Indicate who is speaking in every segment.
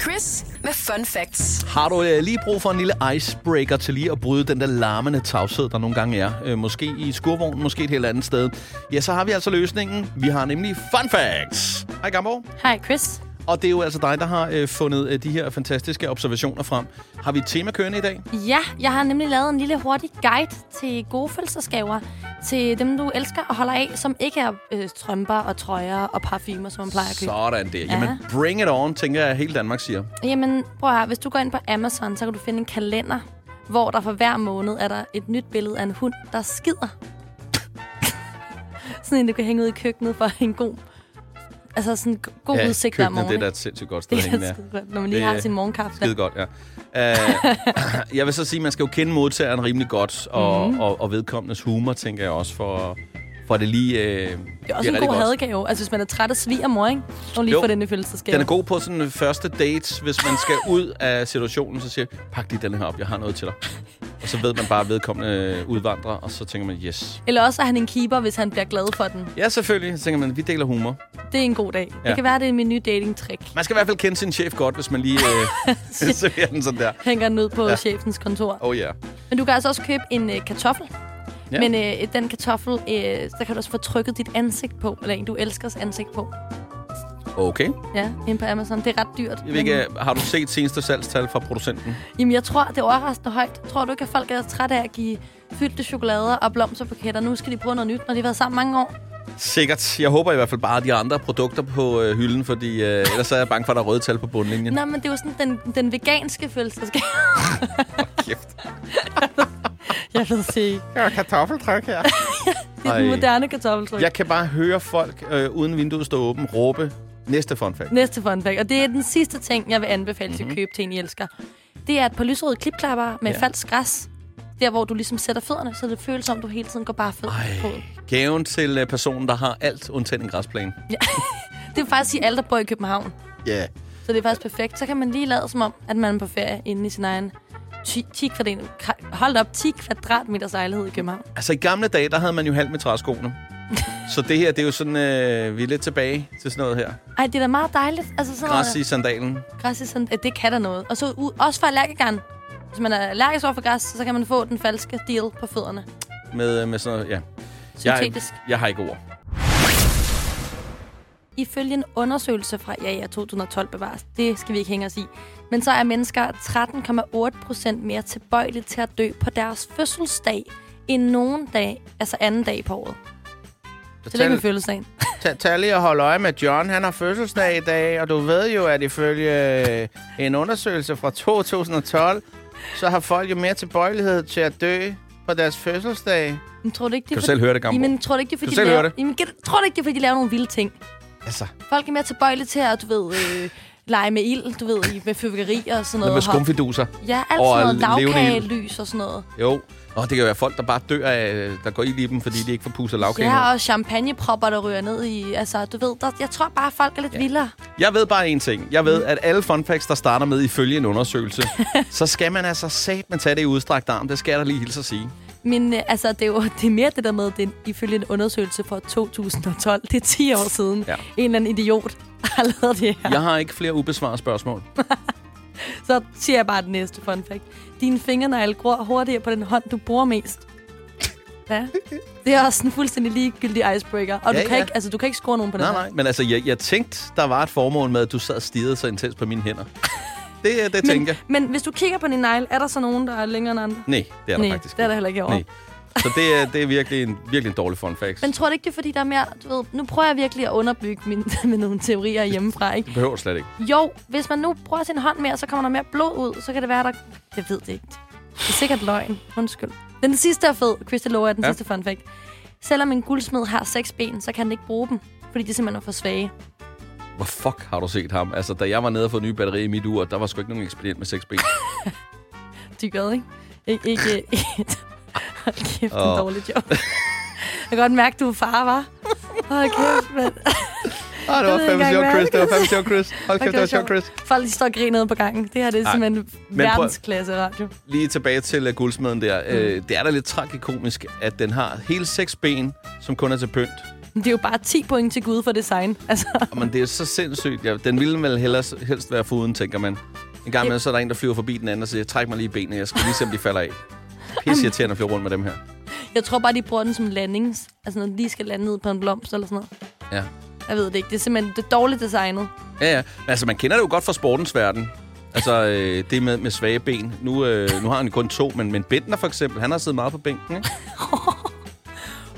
Speaker 1: Chris med fun facts.
Speaker 2: Har du øh, lige brug for en lille icebreaker til lige at bryde den der larmende tavshed, der nogle gange er? Øh, måske i skurvognen, måske et helt andet sted. Ja, så har vi altså løsningen. Vi har nemlig fun facts. Hej, Gambo.
Speaker 3: Hej, Chris.
Speaker 2: Og det er jo altså dig, der har øh, fundet øh, de her fantastiske observationer frem. Har vi et tema kørende i dag?
Speaker 3: Ja, jeg har nemlig lavet en lille hurtig guide til gode fødselsdagsgaver til dem, du elsker og holder af, som ikke er øh, strømper og trøjer og parfumer, som man plejer at købe.
Speaker 2: Sådan der. Jamen, bring it on, tænker jeg, hele Danmark siger.
Speaker 3: Jamen, prøv at høre. Hvis du går ind på Amazon, så kan du finde en kalender, hvor der for hver måned er der et nyt billede af en hund, der skider. sådan en, du kan hænge ud i køkkenet for en god... Altså sådan en god ja, udsigt hver morgen.
Speaker 2: det er da
Speaker 3: ikke?
Speaker 2: et sindssygt godt sted
Speaker 3: det
Speaker 2: at
Speaker 3: er
Speaker 2: hænge der.
Speaker 3: skide godt, når man lige
Speaker 2: Det
Speaker 3: har
Speaker 2: er
Speaker 3: sin morgenkaffe.
Speaker 2: Skide godt, ja. Uh, jeg vil så sige, at man skal jo kende modtageren rimelig godt, og,
Speaker 3: Mhm.
Speaker 2: mm-hmm. og, og vedkommendes humor, tænker jeg også, for, for at det lige øh,
Speaker 3: Det er også en god hadegave. Altså, hvis man er træt af svigermor, ikke? Og lige
Speaker 2: Jo.
Speaker 3: jo. for denne fødselsdagsgave.
Speaker 2: Den er god på sådan en første date, hvis man skal ud af situationen, så siger jeg, pak lige den her op, jeg har noget til dig. Og så ved man bare, at vedkommende øh, udvandrer, og så tænker man, yes.
Speaker 3: Eller også er han en keeper, hvis han bliver glad for den.
Speaker 2: Ja, selvfølgelig, så tænker man, vi deler humor.
Speaker 3: Det er en god dag. Ja.
Speaker 2: Ja.
Speaker 3: Det kan være, det er min nye dating-trick.
Speaker 2: Man skal i hvert fald kende sin chef godt, hvis man lige øh, ser den sådan der.
Speaker 3: Hænger den ud på
Speaker 2: Ja.
Speaker 3: ja. chefens kontor.
Speaker 2: Oh yeah.
Speaker 3: Men du kan altså også købe en øh, kartoffel.
Speaker 2: Ja.
Speaker 3: Ja. Men øh, den kartoffel, øh, der kan du også få trykket dit ansigt på. Eller en, du elskers ansigt på.
Speaker 2: Okay.
Speaker 3: Ja, ind på Amazon. Det er ret dyrt.
Speaker 2: Jeg ved ikke, øh, har du set seneste salgstal fra producenten?
Speaker 3: jamen, jeg tror, det er overraskende højt. Tror du ikke, at folk er trætte af at give fyldte chokolader og blomsterbuketter? Nu skal de prøve noget nyt, når de har været sammen mange år.
Speaker 2: Sikkert. Jeg håber i hvert fald bare, at de har andre produkter på øh, hylden, fordi øh, ellers er jeg bange for, at der er røde tal på bundlinjen.
Speaker 3: Nej, men det er jo sådan den, den veganske fødselsdagsgave.
Speaker 2: Kæft.
Speaker 3: jeg ved det ikke.
Speaker 2: Jeg har kartoffeltryk her.
Speaker 3: Det er den
Speaker 2: Ej.
Speaker 3: moderne kartoffeltryk.
Speaker 2: Jeg kan bare høre folk øh, uden vinduet stå åben råbe næste fun fact.
Speaker 3: Næste fun fact, og det er den sidste ting, jeg vil anbefale til mm-hmm. at købe til en, I elsker. Det er et par lyserøde klipklapper med
Speaker 2: Mhm. Ja.
Speaker 3: ja. falsk græs. Der, hvor du ligesom sætter fødderne, så det føles som, du hele tiden går bare fød på.
Speaker 2: Gaven til øh, personen, der har alt undtagen en græsplæne.
Speaker 3: Det er faktisk i alle, der bor i København.
Speaker 2: Ja. Yeah.
Speaker 3: Så det er faktisk perfekt. Så kan man lige lade som om, at man er på ferie inde i sin egen 10, 10 kvadrat, kra- hold da op, 10 kvadratmeters lejlighed i København.
Speaker 2: Altså i gamle dage, der havde man jo halv med træskoene. Så det her, det er jo sådan, øh, vi er lidt tilbage til sådan noget her.
Speaker 3: Ej, det er da meget dejligt. Altså sådan
Speaker 2: Græs
Speaker 3: noget,
Speaker 2: i sandalen.
Speaker 3: græs i sådan, at det kan da noget. Og så u- også for allergikeren. Hvis man er allergisk over for græs, så kan man få den falske deal på fødderne.
Speaker 2: Med, øh, med sådan noget, ja. Jeg,
Speaker 3: Syntetisk.
Speaker 2: jeg har ikke ord.
Speaker 3: Ifølge en undersøgelse fra ja, ja, 2012 bevares, det skal vi ikke hænge os i, men så er mennesker 13,8 procent mere tilbøjelige til at dø på deres fødselsdag end nogen dag, altså anden dag på året. Så det er med fødselsdagen.
Speaker 4: Tag, tag lige og hold øje med John. Han har fødselsdag i dag, og du ved jo, at ifølge øh, en undersøgelse fra 2012, så har folk jo mere tilbøjelighed til at dø på deres fødselsdag.
Speaker 3: Men tror du ikke, det er
Speaker 2: Kan du
Speaker 3: for-
Speaker 2: selv høre det, Gambo?
Speaker 3: Jamen, tror du ikke, det er, fordi
Speaker 2: Kan du selv
Speaker 3: de laver...
Speaker 2: høre det?
Speaker 3: Jamen, kan- tror du ikke, det er, fordi de laver nogle vilde ting?
Speaker 2: Altså,
Speaker 3: Folk er mere tilbøjelige til at, du ved, øh, lege med ild, du ved, i- med fyrværkeri og sådan noget.
Speaker 2: med
Speaker 3: Hop-
Speaker 2: skumfiduser.
Speaker 3: Ja, alt
Speaker 2: og
Speaker 3: sådan
Speaker 2: levende
Speaker 3: noget
Speaker 2: ild.
Speaker 3: lavkagelys og sådan noget.
Speaker 2: Jo. Og det kan jo være folk, der bare dør af, øh, der går ild i dem, fordi de ikke får pusset lavkagen.
Speaker 3: Ja,
Speaker 2: ud.
Speaker 3: og champagnepropper, der ryger ned i. Altså, du ved, der, jeg tror bare, folk er lidt ja. vildere.
Speaker 2: Jeg ved bare én ting. Jeg ved, at alle fun facts, der starter med ifølge en undersøgelse, så skal man altså sat med tage det i udstrakt arm. Det skal jeg da lige hilse at sige.
Speaker 3: Men øh, altså, det er jo det er mere det der med, den, ifølge en undersøgelse fra 2012, det er 10 år siden,
Speaker 2: Ja.
Speaker 3: ja. en eller anden idiot har lavet det her. Ja.
Speaker 2: Jeg har ikke flere ubesvarede spørgsmål.
Speaker 3: Så siger jeg bare den næste fun fact. Dine fingernegle gror hurtigere på den hånd, du bruger mest. Ja. Det er også en fuldstændig ligegyldig icebreaker. Og
Speaker 2: Ja,
Speaker 3: ja, du, kan
Speaker 2: ja.
Speaker 3: ja. ikke, altså, du kan ikke score nogen på den
Speaker 2: Nej,
Speaker 3: her.
Speaker 2: nej. Men altså, jeg, jeg tænkte, der var et formål med, at du sad og stirrede så intens på mine hænder. Det, øh, det
Speaker 3: Men,
Speaker 2: tænker jeg.
Speaker 3: men hvis du kigger på din negle, er der så nogen, der er længere end andre?
Speaker 2: Nej, det er der
Speaker 3: Nej,
Speaker 2: faktisk
Speaker 3: det er der heller ikke over.
Speaker 2: Nej. Så det, er- det er virkelig en, virkelig en dårlig fun fact.
Speaker 3: Men tror du ikke, det er fordi, der er mere... Du ved, nu prøver jeg virkelig at underbygge min, med nogle teorier hjemmefra, ikke?
Speaker 2: Det behøver slet ikke.
Speaker 3: Jo, hvis man nu bruger sin hånd mere, så kommer der mere blod ud. Så kan det være, der... Jeg ved det ikke. Det er sikkert løgn. Undskyld. Den sidste er fed. Chris, det lover jeg, den
Speaker 2: Ja.
Speaker 3: ja. sidste fun fact. Selvom en guldsmed har seks ben, så kan han ikke bruge dem. Fordi de simpelthen er for svage.
Speaker 2: Hvor fuck har du set ham? Altså, da jeg var nede og få nye batterier i mit ur, der var sgu ikke nogen ekspedient med seks ben.
Speaker 3: Dykkede, ikke? Ikke... ikke Hold kæft, oh.
Speaker 2: Åh.
Speaker 3: en dårlig job. Jeg kan godt mærke, du er far, var. Hold kæft, mand.
Speaker 2: Ah, det var
Speaker 3: Jeg ved ikke
Speaker 2: fandme
Speaker 3: engang,
Speaker 2: sjovt,
Speaker 3: hvad
Speaker 2: Chris. Det var
Speaker 3: det
Speaker 2: fandme sjovt,
Speaker 3: er.
Speaker 2: Chris. Hold kæft, det
Speaker 3: Okay,
Speaker 2: var
Speaker 3: det var
Speaker 2: sjovt, Chris.
Speaker 3: Folk de står og griner nede på gangen. Det her det er
Speaker 2: Ej,
Speaker 3: simpelthen
Speaker 2: prøv-
Speaker 3: verdensklasse radio.
Speaker 2: Lige tilbage til øh, guldsmeden der. Mm. Øh, det er da lidt tragikomisk, at den har hele seks ben, som kun er til pynt.
Speaker 3: Det er jo bare 10 point til Gud for design. Altså,
Speaker 2: Men det er så sindssygt. Ja, den ville vel hellers, helst være foruden, tænker man. En gang
Speaker 3: Yep.
Speaker 2: imellem, så er der en, der flyver forbi den anden og siger, træk mig lige i benene, jeg skal lige se, om de falder af. Pisse irriterende at flyve rundt med dem her.
Speaker 3: jeg tror bare, de bruger den som landings. Altså, når de lige skal lande ned på en blomst eller sådan noget.
Speaker 2: Ja.
Speaker 3: Jeg ved det ikke. Det er simpelthen det er dårligt designet.
Speaker 2: Ja, ja. Men altså, man kender det jo godt fra sportens verden. Altså, øh, det med, med svage ben. Nu, øh, nu har han jo kun to, men, men Bentner for eksempel, han har siddet meget på bænken, ikke?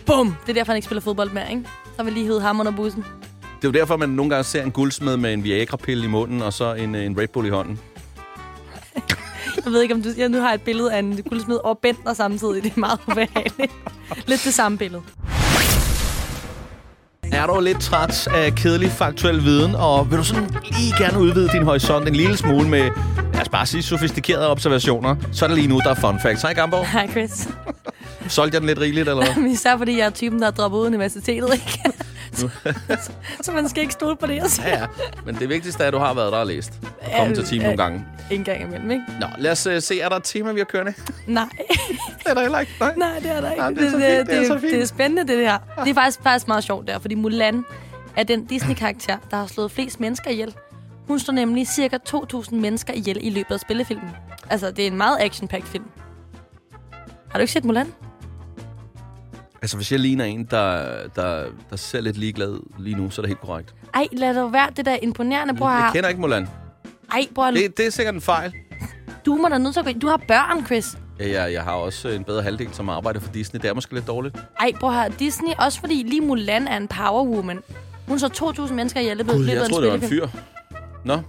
Speaker 3: Bum! Det er derfor, han ikke spiller fodbold mere, ikke? Så har vi lige hævet ham under bussen.
Speaker 2: Det er jo derfor, man nogle gange ser en guldsmed med en Viagra-pille i munden, og så en, øh, en Red Bull i hånden.
Speaker 3: Jeg ved ikke, om du... Jeg nu har jeg et billede af en guldsmed og bænder samtidig. Det er meget ubehageligt. Lidt det samme billede.
Speaker 2: Er du lidt træt af kedelig faktuel viden, og vil du sådan lige gerne udvide din horisont en lille smule med, lad os bare sige, sofistikerede observationer, så er der lige nu, der er fun facts. Hej, Gamborg.
Speaker 3: Hej, Chris.
Speaker 2: Solgte jeg den lidt rigeligt, eller hvad?
Speaker 3: Men Især fordi jeg er typen, der er droppet ud af universitetet, ikke? så, så man skal ikke stole på det, jeg siger.
Speaker 2: Ja, ja. Men det vigtigste er, at du har været der og læst. Og kommet til team
Speaker 3: Ja,
Speaker 2: nogle gange.
Speaker 3: En gang imellem, ikke?
Speaker 2: Nå, lad os øh, se, er der et tema, vi har kørende?
Speaker 3: Nej,
Speaker 2: Det er der heller ikke. Nej.
Speaker 3: nej, det er der ikke.
Speaker 2: Nej, det er så fint, det er så fint.
Speaker 3: det er spændende, det her. Det er faktisk, faktisk meget sjovt der, fordi Mulan er den Disney-karakter, der har slået flest mennesker ihjel. Hun slår nemlig cirka 2.000 mennesker ihjel i løbet af spillefilmen. Altså, det er en meget action film. Har du ikke set Mulan?
Speaker 2: Altså, hvis jeg ligner en, der, der, der ser lidt ligeglad ud lige nu, så er det helt korrekt.
Speaker 3: Ej, lad det være det der imponerende, bror.
Speaker 2: Jeg kender ikke Mulan.
Speaker 3: Ej, bror,
Speaker 2: Det, det er sikkert en fejl.
Speaker 3: du må da nødt til at gå ind. Du har børn, Chris.
Speaker 2: Ja, jeg, jeg har også øh, en bedre halvdel, som arbejder for Disney. Det er måske lidt dårligt.
Speaker 3: Ej, prøv her. Disney, også fordi lige Mulan er en powerwoman. Hun så 2.000 mennesker ihjel i løbet
Speaker 2: Gud,
Speaker 3: løbet af
Speaker 2: jeg
Speaker 3: en
Speaker 2: troede, det var en
Speaker 3: spillefilm.
Speaker 2: fyr. Nå,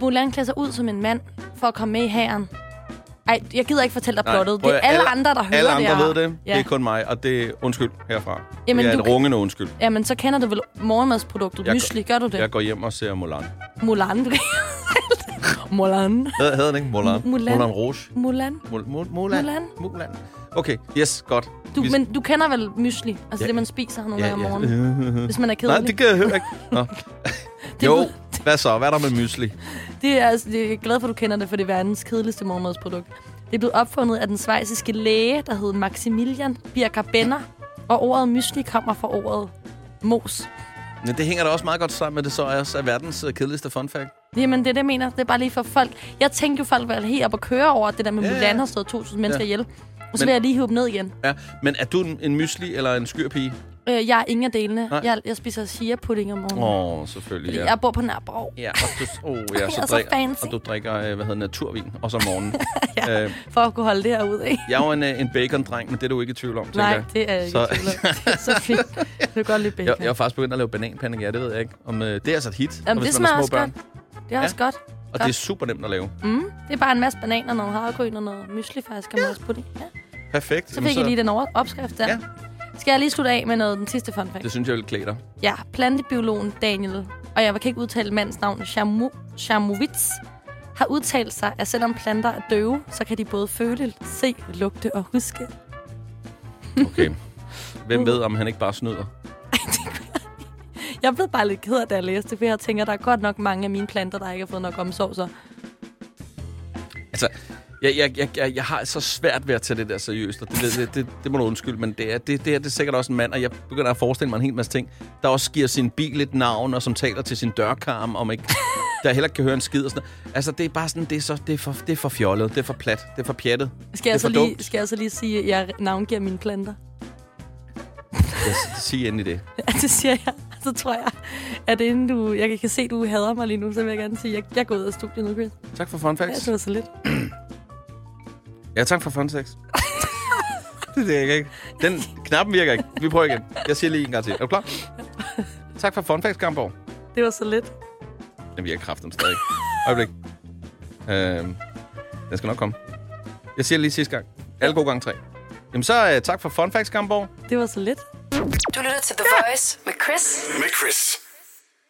Speaker 3: Mulan klæder sig ud som en mand for at komme med i hæren. Ej, jeg gider ikke fortælle dig
Speaker 2: Nej,
Speaker 3: plottet.
Speaker 2: prøv
Speaker 3: Det er
Speaker 2: at-
Speaker 3: alle,
Speaker 2: alle-
Speaker 3: andre, der hører
Speaker 2: alle
Speaker 3: det
Speaker 2: andre
Speaker 3: her.
Speaker 2: ved det. Ja.
Speaker 3: Ja.
Speaker 2: Det er kun mig, og det er undskyld herfra. Jamen,
Speaker 3: Jamen,
Speaker 2: det er
Speaker 3: du
Speaker 2: et
Speaker 3: kan-
Speaker 2: rungende undskyld.
Speaker 3: Jamen, så kender du vel morgenmadsproduktet.
Speaker 2: Jeg-
Speaker 3: Mysli, gør du det?
Speaker 2: Jeg går hjem og ser Mulan.
Speaker 3: Mulan, du kan Mulan.
Speaker 2: Hvad hedder den ikke? Mulan?
Speaker 3: Mulan.
Speaker 2: Mulan Rouge?
Speaker 3: Mulan.
Speaker 2: Mul- Mul- Mulan.
Speaker 3: Mulan.
Speaker 2: Mulan. Okay, yes, godt.
Speaker 3: Du,
Speaker 2: Vi-
Speaker 3: men du kender vel mysli? Altså
Speaker 2: Ja.
Speaker 3: ja. det, man spiser nogle
Speaker 2: Ja,
Speaker 3: gange om
Speaker 2: ja.
Speaker 3: morgenen. Hvis man
Speaker 2: Nej,
Speaker 3: er kedelig.
Speaker 2: det kan jeg heller ikke. Nå.
Speaker 3: Det
Speaker 2: Jo,
Speaker 3: ved-
Speaker 2: hvad så? Hvad er der med mysli?
Speaker 3: Det er, altså, det er jeg glad for, at du kender det, for det er verdens kedeligste morgenmadsprodukt. Det er blevet opfundet af den svejsiske læge, der hed Maximilian Birker Benner. Og ordet mysli kommer fra ordet mos.
Speaker 2: Men det hænger da også meget godt sammen med, at det så også er verdens øh, kedeligste fun fact.
Speaker 3: Jamen, det er det, jeg mener. Det er bare lige for folk. Jeg tænkte jo, folk var helt op at køre over det der med,
Speaker 2: Ja,
Speaker 3: at
Speaker 2: ja.
Speaker 3: Mulan har slået 2.000 mennesker
Speaker 2: Ja.
Speaker 3: ja. ihjel. Og så
Speaker 2: Men-
Speaker 3: vil jeg lige hive dem ned igen.
Speaker 2: Ja, men er du en, en mysli eller en skyrpige?
Speaker 3: Øh, jeg er ingen af delene.
Speaker 2: Nej.
Speaker 3: Jeg, jeg spiser chia-pudding om morgenen. Oh,
Speaker 2: Åh, oh, selvfølgelig,
Speaker 3: ja.
Speaker 2: ja.
Speaker 3: Jeg bor på Nærborg.
Speaker 2: Ja, og du, oh, ja, så
Speaker 3: Jeg er så
Speaker 2: drikker,
Speaker 3: fancy.
Speaker 2: og du drikker, øh, hvad hedder det, naturvin, også om morgenen. ja. øh,
Speaker 3: For at kunne holde det her ud, ikke?
Speaker 2: jeg er jo en, øh, en bacon-dreng, men det er du ikke i tvivl om, tænker
Speaker 3: Nej,
Speaker 2: jeg.
Speaker 3: det er jeg ikke.
Speaker 2: Så-
Speaker 3: Så... det er så fint. Du kan godt lide bacon.
Speaker 2: Jeg, jeg har faktisk begyndt at lave bananpandekager, ja, det ved jeg ikke. Om, øh, det er altså et hit,
Speaker 3: Jamen,
Speaker 2: og
Speaker 3: det
Speaker 2: hvis man
Speaker 3: smager
Speaker 2: har
Speaker 3: også
Speaker 2: små børn.
Speaker 3: godt. Det er
Speaker 2: Ja.
Speaker 3: også godt.
Speaker 2: Og det er super nemt at lave.
Speaker 3: Mm, det er bare en masse bananer, noget havregryn og noget mysli faktisk, og ja. også pudding. Ja.
Speaker 2: Perfekt.
Speaker 3: Så
Speaker 2: Jamen,
Speaker 3: fik jeg lige den over opskrift der.
Speaker 2: Ja.
Speaker 3: Ja. Skal jeg lige slutte af med noget, den sidste fun fact?
Speaker 2: Det synes jeg vil klæde dig.
Speaker 3: Ja, plantebiologen Daniel, og jeg kan ikke udtale mandens navn, Shamu, Shamovitz, har udtalt sig, at selvom planter er døve, så kan de både føle, se, lugte og huske.
Speaker 2: Okay. Hvem
Speaker 3: Uh.
Speaker 2: ved, om han ikke bare snyder?
Speaker 3: Jeg blev bare lidt ked af, da jeg læste det, for jeg tænker, der er godt nok mange af mine planter, der ikke har fået nok omsorg, så
Speaker 2: Altså, jeg, jeg, jeg, jeg, jeg har så svært ved at tage det der seriøst, og det, det, det, det, det må du undskylde, men det, er, det, det her det er sikkert også en mand, og jeg begynder at forestille mig en hel masse ting, der også giver sin bil et navn, og som taler til sin dørkarm, om ikke der heller ikke kan høre en skid og sådan noget. Altså, det er bare sådan, det er, så, det er, for, det er for fjollet, det er for plat, det er for pjattet.
Speaker 3: skal,
Speaker 2: Det er
Speaker 3: jeg så
Speaker 2: for
Speaker 3: lige,
Speaker 2: dumt.
Speaker 3: skal jeg så lige sige, at jeg navngiver mine planter.
Speaker 2: Jeg s- Sig endelig det.
Speaker 3: Ja, det siger jeg. Så tror jeg, at inden du... Jeg kan se, at du hader mig lige nu, så vil jeg gerne sige, at jeg, jeg går ud af studiet nu, Chris.
Speaker 2: Tak for fun
Speaker 3: Ja,
Speaker 2: facts.
Speaker 3: det var så lidt.
Speaker 2: Ja, tak for fun sex. det virker ikke. Den knappen virker ikke. Vi prøver igen. Jeg siger lige en gang til. Er du klar? Tak for fun facts, Gamborg.
Speaker 3: Det var så lidt.
Speaker 2: Den virker kraften stadig. Øjeblik. Øhm, den skal nok komme. Jeg siger lige sidste gang. Alle gode gange tre. Jamen øh, så uh, tak for fun facts, Gamborg.
Speaker 3: Det var så lidt.
Speaker 1: Du lytter til The Voice med Chris.
Speaker 5: Med Chris.